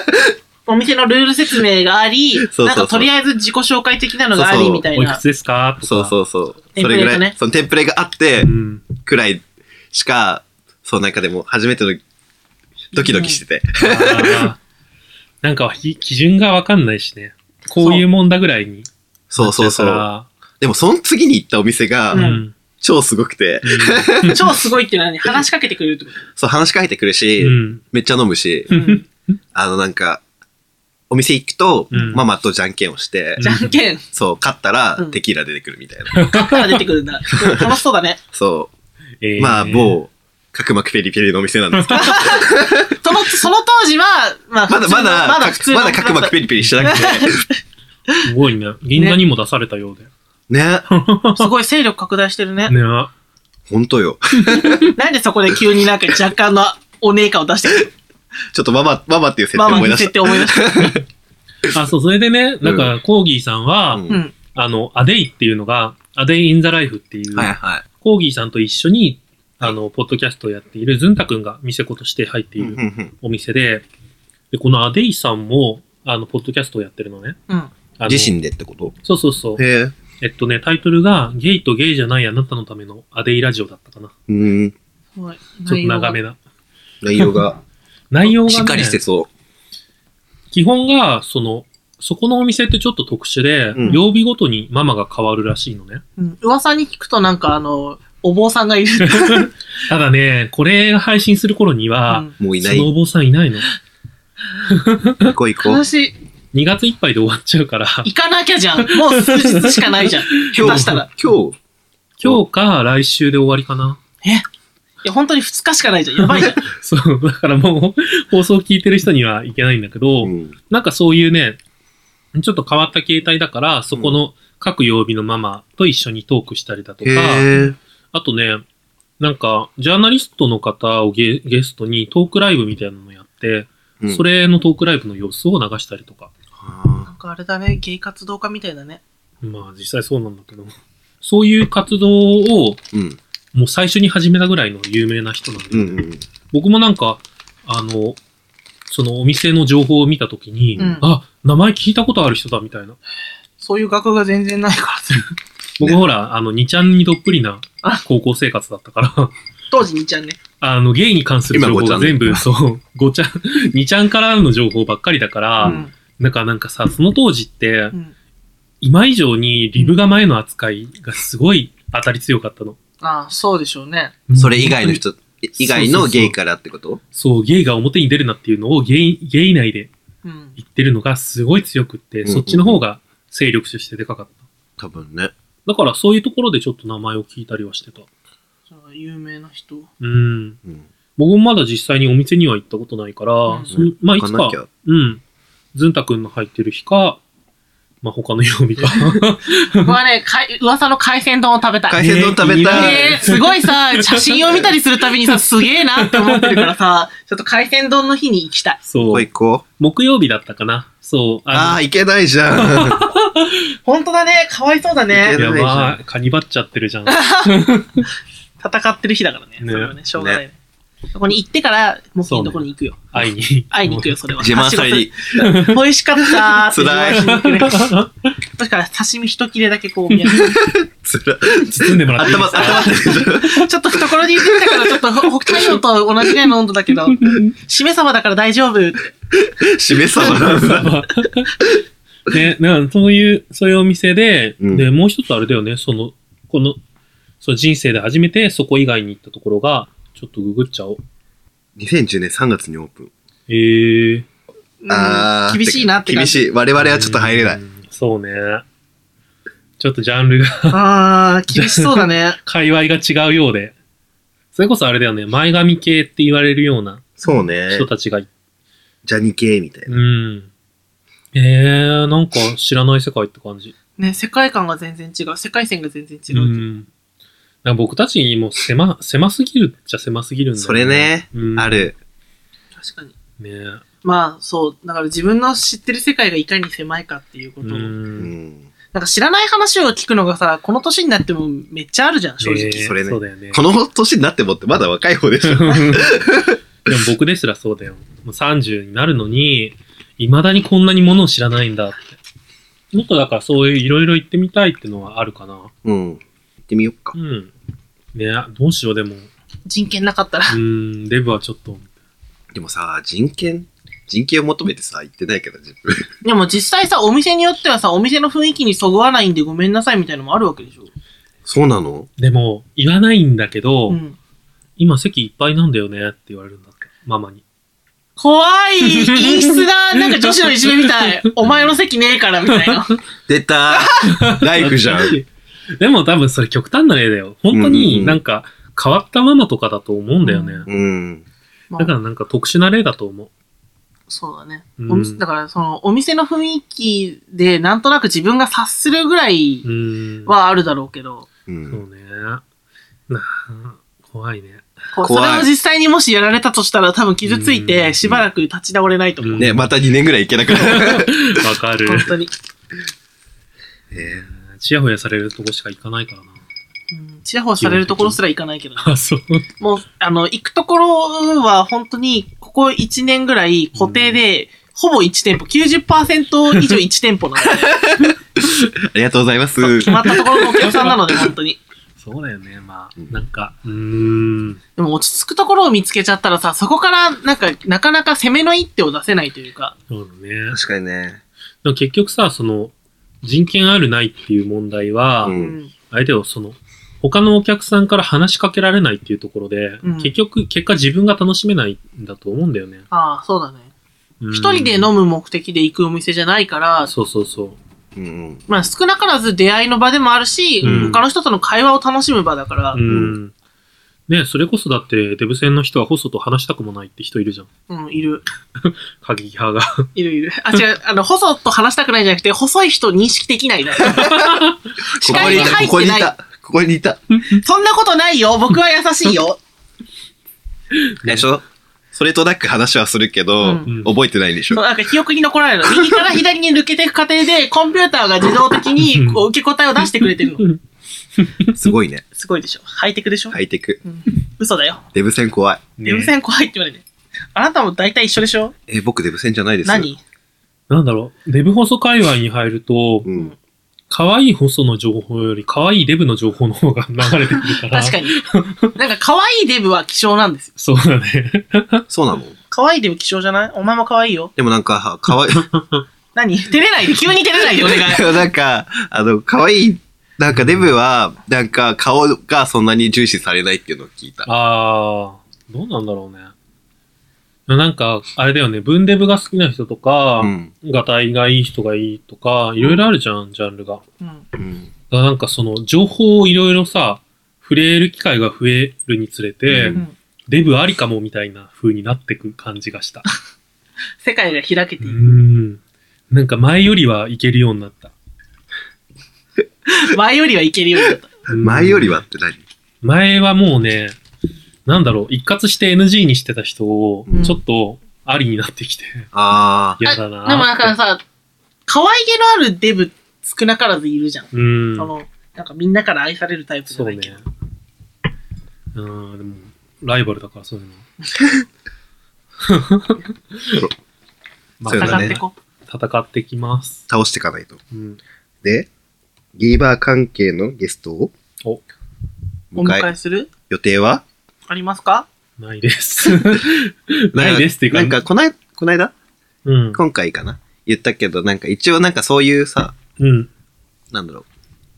お店のルール説明があり、そうそうなんかとりあえず自己紹介的なのがあそうりそうみたいおいくなつ。ですかとか。そうそうそう。テンそプレれートぐねらい、そのテンプレがあってう、ん。くらいしか、そうなんかでも初めてのドキドキしてて。あーなんかひ、基準がわかんないしね。こういうもんだぐらいに。そうそうそう。なっでもその次に行ったお店が、ちゃうから。うんうん超すごくて、超すごいって何話しかけてくれるってこそう話しかけてくるし、うん。めっちゃ飲むし、と、うん、あのなんか、お店行くと、うんママとじゃんけんをして、じゃんけんそう、勝ったら、うんテキーラ出てくるみたいな。から出てくるんだ。楽しそうだね。そえう。ー (laughs) まあ、 (laughs) 某、角膜ペリペリのお店なんですけど、その、その当時は、まあ、まだ普通まのだ、まだ普通のまだ角膜ペリペリしてなくて、すごいね。銀座にも出されたようで。ね、すごい勢力拡大してるね。ねほんとよ。なんでそこで急になんか若干のお姉感を出してくる (laughs) ちょっとママ、ママっていう設定ママ思いに出設し定思い出した。あ、そう、それでね、なんか、コーギーさんた。は、うんうん。あの、アデイっていうのが、アデイ・イン・ザ・ライフっていう、はいはい。コーギーさんと一緒に、あの、ポッドキャストをやっている、ズンタ君が店子として入っていうんうるんお店で、で、このアデイさんも、あの、ポッドキャストをやってるのね。うん。あうんの自身でってことそうそうそう。へえ。えっとね、タイトルが、ゲイとゲイじゃないあなたのためのアデイラジオだったかな。うーん。すごいちょっと長め。な。内容が、内容が、ね、しっかりしてそ基本が、その、そこのお店ってちょっと特殊で、うん曜日ごとにママが変わるらしいのね。うん、噂に聞くとなんかあの、お坊さんがいる。ただね、これ配信する頃にうは、んう。もういなそのおい。坊さんいないの。行こう行こう悲。しい。 2月いっぱいで終わっちゃうから、行かなきゃじゃん。もう数日しかないじゃん。今出日したら、今日、今日か来週で終わりかな。えや、本当に2日しかないじゃん。やば (laughs) いじゃん。そう、だからもう、放送聞いてる人にはいけないんだけど、うんなんかそういうね、ちょっと変わった形態だから、そこの各曜日のママと一緒にトークしたりだとか、へえ。あとね、なんか、ジャーナリストの方をゲゲストにトークライブみたいなのをやって、うんそ。れのトークライブの様子を流したりとか。あなんかあれだね、ゲイ活動家みたいだね。まあ実際そうなんだけど、そういう活動をーうん。もう最初に始めたぐらいの有名な人なんで、うんうん。僕もなんか、あの、そのお店の情報を見たときに、うんあ、名前聞いたことある人だみたいな。そういう額が全然ない (laughs) から。僕ほら、あの、2ちゃんにどっぷりなあ高校生活だったから、 (laughs) 当時2ちゃんね。あの、ゲイに関する情報今ごちがゃん全部、そう、ごちゃん、2ちゃんからの情報ばっかりだから、うん。なんかなんかさ、その当時ってう、ん。今以上にリブが前の扱いがすごい当たり強かったの。ああ、そうでしょうね。それ以外の人、以外そのうそうそうゲイからってことそう、ゲイが表に出るなっていうのをゲイ、ゲイ内でうん。言ってるのがすごい強くって、んうんそっちの方が勢力としてでかかった。多分ね。だからそういうところでちょっと名前を聞いたりはしてた。その有名な (laughs) 人。うん。うん。僕もまだ実際にお店には行ったことないから、うんそのまあいつ行かなかき、ゃうん。ずんたくんの入ってる日か、まあ他の曜 (laughs) 日か。僕はね、かい噂の海鮮丼を食べたい。海鮮丼食べたいねえすごい (laughs) さ、写真を見たりするたびにさ、すげえなって思ってるからさ、ちょっと海鮮丼の日に行きたい。こそこう行。こう。木曜日だったかな。そう。あああー、行けないじゃん。本当だね、かわいそうだいのけねる。やないじゃばい。カニバっちゃってるじゃん。戦ってる日だからね。ねそれはね、しょうがないね。そこに行ってから、モッキーのところに行くよ。会いに。会いに行くよ、それは。自慢されに。 (laughs) 美味しかったーって。辛い自 (laughs) 慢しに行くねだから刺身一切れだけこう、お土産つら、包んでもらっていい頭、ですか頭ってるじゃん。ちょっと懐に入れてたから、ちょっと北海道と同じぐらいの温度だけど、しめ鯖だから大丈夫って。しめさばなんだ。 (laughs) ね、なんかそういう、そういうお店で、うんで、もう一つあれだよね、その、この、その人生で初めてそこ以外に行ったところが、ちょっとググっちゃおう。 2010年3月にオープン。へえ。うん厳しいなって感厳じ。い。しい。我々はちょっと入れなうい。ん。そうね。ちょっとジャンルが、 (laughs) あー、厳しそうだね。界隈が違うようで。それこそあれだよね、前髪系って言われるようなそうね人。たちが、ジャニ系みたいな。うん。えー、なんか知らない世界って感じ。ね、世界観が全然違う。世界線が全然違うう。ん。なんか僕たちにも狭、狭すぎるっちゃ狭すぎるんだよそれね。うんあ。る。確かに。ねまあ、そう。だから自分の知ってる世界がいかに狭いかっていうこう。と。うんん。なんか知らない話を聞くのがさ、この年になってもめっちゃあるじゃん、正直。ねそれねそうだよね。この年になってもってまだ若い方でしょ。 (laughs) でも僕ですらそうだよ。もう30になるのに、未だにこんなにものを知らないんだって。もっとだからそういういろいろ行ってみたいってのはあるかな。うん。行ってみよっかう。ん。ねどうしようでも。人権なかったら。うん、デブはちょっと。でもさ、人権人権を求めてさ、行ってないけど、自分。でも実際さ、お店によってはさ、お店の雰囲気にそぐわないんでごめんなさいみたいなのもあるわけでしょ。そうなのでも、言わないんだけど、うん。今席いっぱいなんだよねって言われるんだって。ママに。怖い陰湿 (laughs) な、なんか女子のいじめみたい。お前の席ねえから、みたいな。出 (laughs) たーライフじゃん。 (laughs) でも多分それ極端な例だよ。本当になんか変わったママとかだと思うんだよね。うんうん。まだかあ、らなんか特殊な例だと思う。そうだね。うんお店だから、その、お店の雰囲気で、なんとなく自分が察するぐらいうーん。はあるだろうけど、う。そうんね。なあ怖いね。こうそ怖いれを実際にもしやられたとしたら、多分傷ついうんて、しばらく立ち直れないと思う。うんね、また2年ぐらい行けなく (laughs) なる。わかる。本当に。えちやほやされるとこしか行かないからな。うんちやほやされるところすら行かないけどね。あ、そう。もう、あの、行くところは本当に、ここ1年ぐらい固定で、ほぼ1店舗、90%以上1店舗な (laughs) ので、ーありがとうございます。決まったところのお客さんなので、本当に。そうだよね。まあ、うんなんか、うーん。でも落ち着くところを見つけちゃったらさ、そこから、なんか、なかなか攻めの一手を出せないというか、そうだね。確かにね。でも結局さ、その、人権あるないっていう問題は、ううんん。相手をその、他のお客さんから話しかけられないっていうところで、うん結局、結果自分が楽しめないんだと思うんだよね。ああ、そうだね。うん一人で飲む目的で行くお店じゃないから、そうそうそうう。んうん。まあ少なからず出会いの場でもあるし、うん他の人との会話を楽しむ場だから、うん。ねそれこそだって、デブ戦の人は細と話したくもないって人いるじゃん。うん、いる。過激派 (laughs) が。いるいる。あ、違う、あの、細と話したくないじゃなくて、細い人認識できない (laughs) ね。ここ視界ににいた、入ここってにいない。た、ここにいた。そんなことないよ。僕は優しいよ。でしょそれとなく話はするけど、うん覚えてないでしそうょなんか記憶に残 (laughs) らないの。右から左に抜けていく過程で、コンピューターが自動的にこう受け答えを出してくれてるの。すごいね。すごいでしょ。ハイテクでしょ、ハイテク。嘘だよ。デブ戦怖い。デブね戦怖いって言われて。あなたも大体一緒でしょえ、僕デブ戦じゃないですよ。何なんだろう。デブ細界隈に入ると、うん。可愛い細の情報より可愛いデブの情報の方が流れてくるから。確かに。に。なんか可愛いデブは希少なんですよ。そうだね。そうなの可愛いデブ希少じゃないお前も可愛いよ。でもなんか、かわい、何照れないで、急に照れないでお願 (laughs) い。なんか、あの、かわいい、なんかデブは、なんか顔がそんなに重視されないっていうのを聞いた。ああ、どうなんだろうね。なんか、あれだよね、文デブが好きな人とかう、ん。が体がいい人がいいとか、いろいろあるじゃん、ジャンルが。だかうん。うん。らなんかその、情報をいろいろさ、触れる機会が増えるにつれて、うんデブありかもみたいな風になってく感じがした。世界が開けうていく。ん。なんか前よりはいけるようになった。前よりはいけるようになった。うん前よりはって何前はもうね、なんだろう、一括して NG にしてた人をうん、ちょっとありになってきて、あ嫌だなーっあて。でもなんかさ、可愛げのあるデブ少なからずいるじゃん。うん。その、なんかみんなから愛されるタイプじそゃうなねいけど。。うん、でも、ライバルだからそういうの。まあそうだ戦ねってこ。戦ってきます。あ、倒していかないと。うん。で、ゲイバー関係のゲストをお、お迎迎ええ、する予定はありますかない (laughs) です。 (laughs) ないですっていうか、なんか、こない、こないだうん。今回かな言ったけど、なんか一応なんかそういうさ、うん。なんだろう、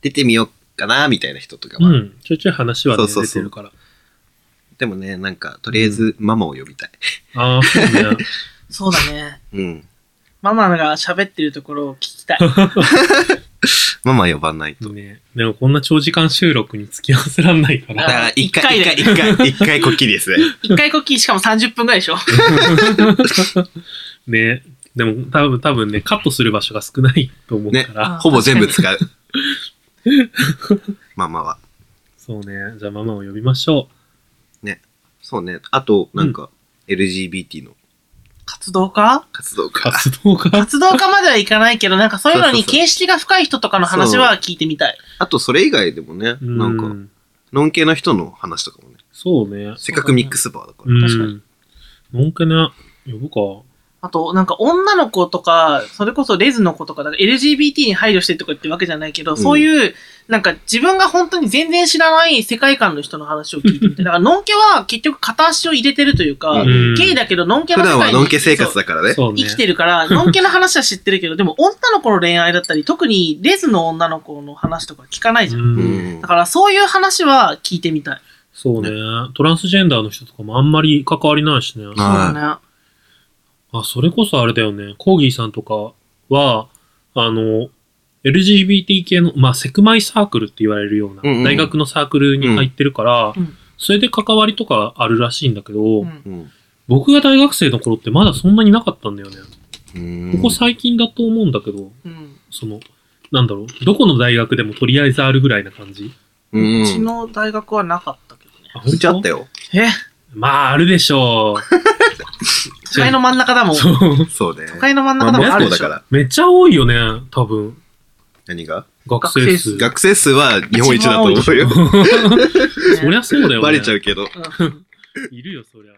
出てみようかな、みたいな人とかうは。ん。ちょいちょい話はねそうそう出そてうるから。でもね、なんか、とりあえずママを呼びたい。ああ、そうね。そうだね。うん。ママが喋ってるところを聞き (laughs) たい。ママ呼ばないと。ね (laughs) でもこんな長時間収録に付き合わせらんないかだら。から、一あ回、一一回回、で一回、一回こっきりですね。一回こっきりしかも30分ぐらいでしょ (laughs) ねでも多分、多分ね、カットする場所が少ないと思うねから。あほぼ全部使う。ママは。そうね。じゃあママを呼びましょそうね。あと、なんか、LGBT の活動家活動う。家。活動家。活動家まではいかないけど、なんかそういうのにそうそうそう形式が深い人とかの話は聞いてみたい。あと、それ以外でもね、うなんか、ノン系の人の話とかもね。そうね。せっかくミックスバーだから。うん確かに。ノンケね、呼ぶか。あと、なんか女の子とか、それこそレズの子とか、なんか LGBT に配慮してとかってわけじゃないけど、んそういう、なんか自分が本当に全然知らない世界観の人の話を聞いてみたい。だから、のんけは結局片足を入れてるというか、ううんゲイだけど、のんけの普世段界はにノン系生活だからね。そうね。生きてるから、のんけの話は知ってるけど、でも女の子の恋愛だったり、特にレズの女の子の話とか聞かないじゃん。うんうんだからそういう話は聞いてみたい。そうね。トランスジェンダーの人とかもあんまり関わりないしね。あはいそうだね。あ、それこそあれだよね。コーギーさんとかは、あの、LGBT 系の、まあ、セクマイサークルって言われるような、うんうん大学のサークルに入ってるから、うんそれで関わりとかあるらしいんだけど、ううんん。僕が大学生の頃ってまだそんなになかったんだよね。うんここ最近だと思うんだけど、うん。その、なんだろう、どこの大学でもとりあえずあるぐらいな感じ。う。うんちの大学はなかったけどね。あ、う本ちあ当ったよ。えまあ、あるでしょう。 (laughs) 都会の真ん中だもん。そ都う。そうね。会の真んまあ、中だもん。あモスるでだしかょ。ら。めっちゃ多いよね、多分。何が学生数。学生数は日本一だと思うよ。そりゃそうだよ、ね。バレちゃうけど。うんいるよ、そりゃ。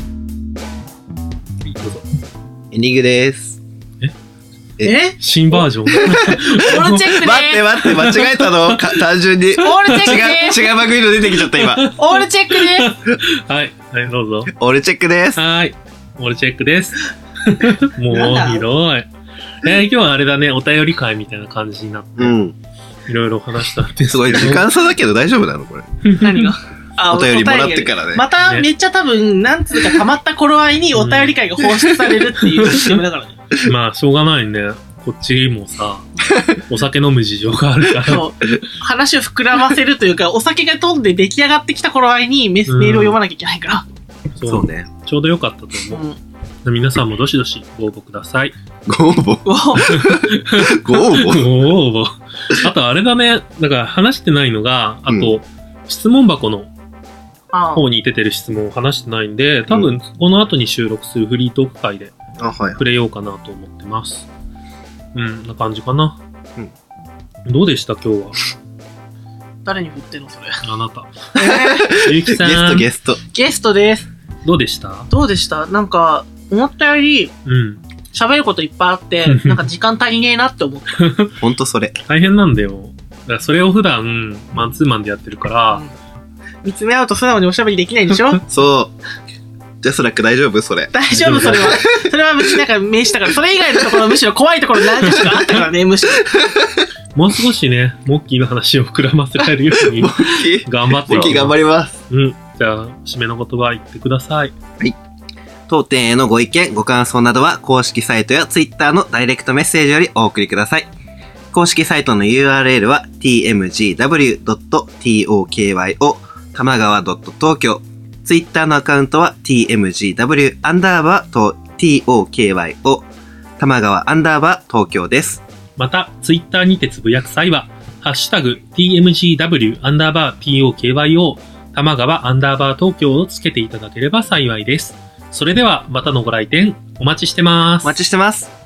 はいどうぞエンディングです。え新バージョン。 (laughs) オールチェック待ってで待って、間違えたのか単純に。違う、す。オールチェックです。違う番組の出てきちゃった今。オールチェックです。はい、はい、どうぞ。俺チェックです。はーい。俺チェックです。も (laughs) なんう、だひどい。えー、今日はあれだね、お便り会みたいな感じになって、うん。いろいろ話 (laughs) したんですごい、時間差だけど大丈夫なのこれ。(laughs) 何があお便りもらっおて便からね。まためっちゃ多分、なんつうか溜まった頃合いにお便り会が放出されるっていうシステムだからね。まあ、しょうがないね。こっちもさ、お酒飲む事情があるから、 (laughs) そう話を膨らませるというか、お酒が飛んで出来上がってきた頃合いにメスメールを読まなきゃいけないかそうそうね。ちょうどよかったとら。う思ん。う。皆さんもどしどしご応募ください。ご応募。おご応ご募。応募。あとあれだね、だから話してないのが、あと、質問箱のあ方に出てる質問を話してないんで、多分この後に収録するフリートーク会であ、はい。触れようかなと思ってます。うん、な感じかな。うんどうでした今日 (laughs) は。誰に振ってんのそれ。 (laughs) あなた。ゆうきゲさスト、ん。ゲスト。ゲストです。どうでしたどうでしたなんか、思ったよりうん。喋ることいっぱい (laughs) あって、なんか時間足りねえなって思った。ほんとそれ。大変なんだよ。だからそれを普段、マンツーマンでやってるから、見つめ合うと素直におしゃべりできないでしょそう。ジャスラック大丈夫 (laughs) それ。大丈夫それは。それは別になんか名刺だから、それ以外のところむしろ怖いところ何かしかあったからね、むしろ。もう少しね、モッキーの話を膨らませられるよ (laughs) うに頑張ってモッキー頑張ります。うん。じゃあ、締めの言葉言ってください。当店へのご意見、ご感想などは公式サイトや Twitter のダイレクトメッセージよりお送りください。公式サイトの URL は tmgw.tokyo 玉川 .tokyo Twitter のアカウントは tmgw アンダーバーと tokyo 玉川アンダーバー東京です。また、ツイッターにてつぶやく際は、ハッシュタグ、tmgw アンダーバー tokyo 玉川アンダーバー東京をつけていただければ幸いです。それでは、またのご来店、お待ちしてます。お待ちしてます。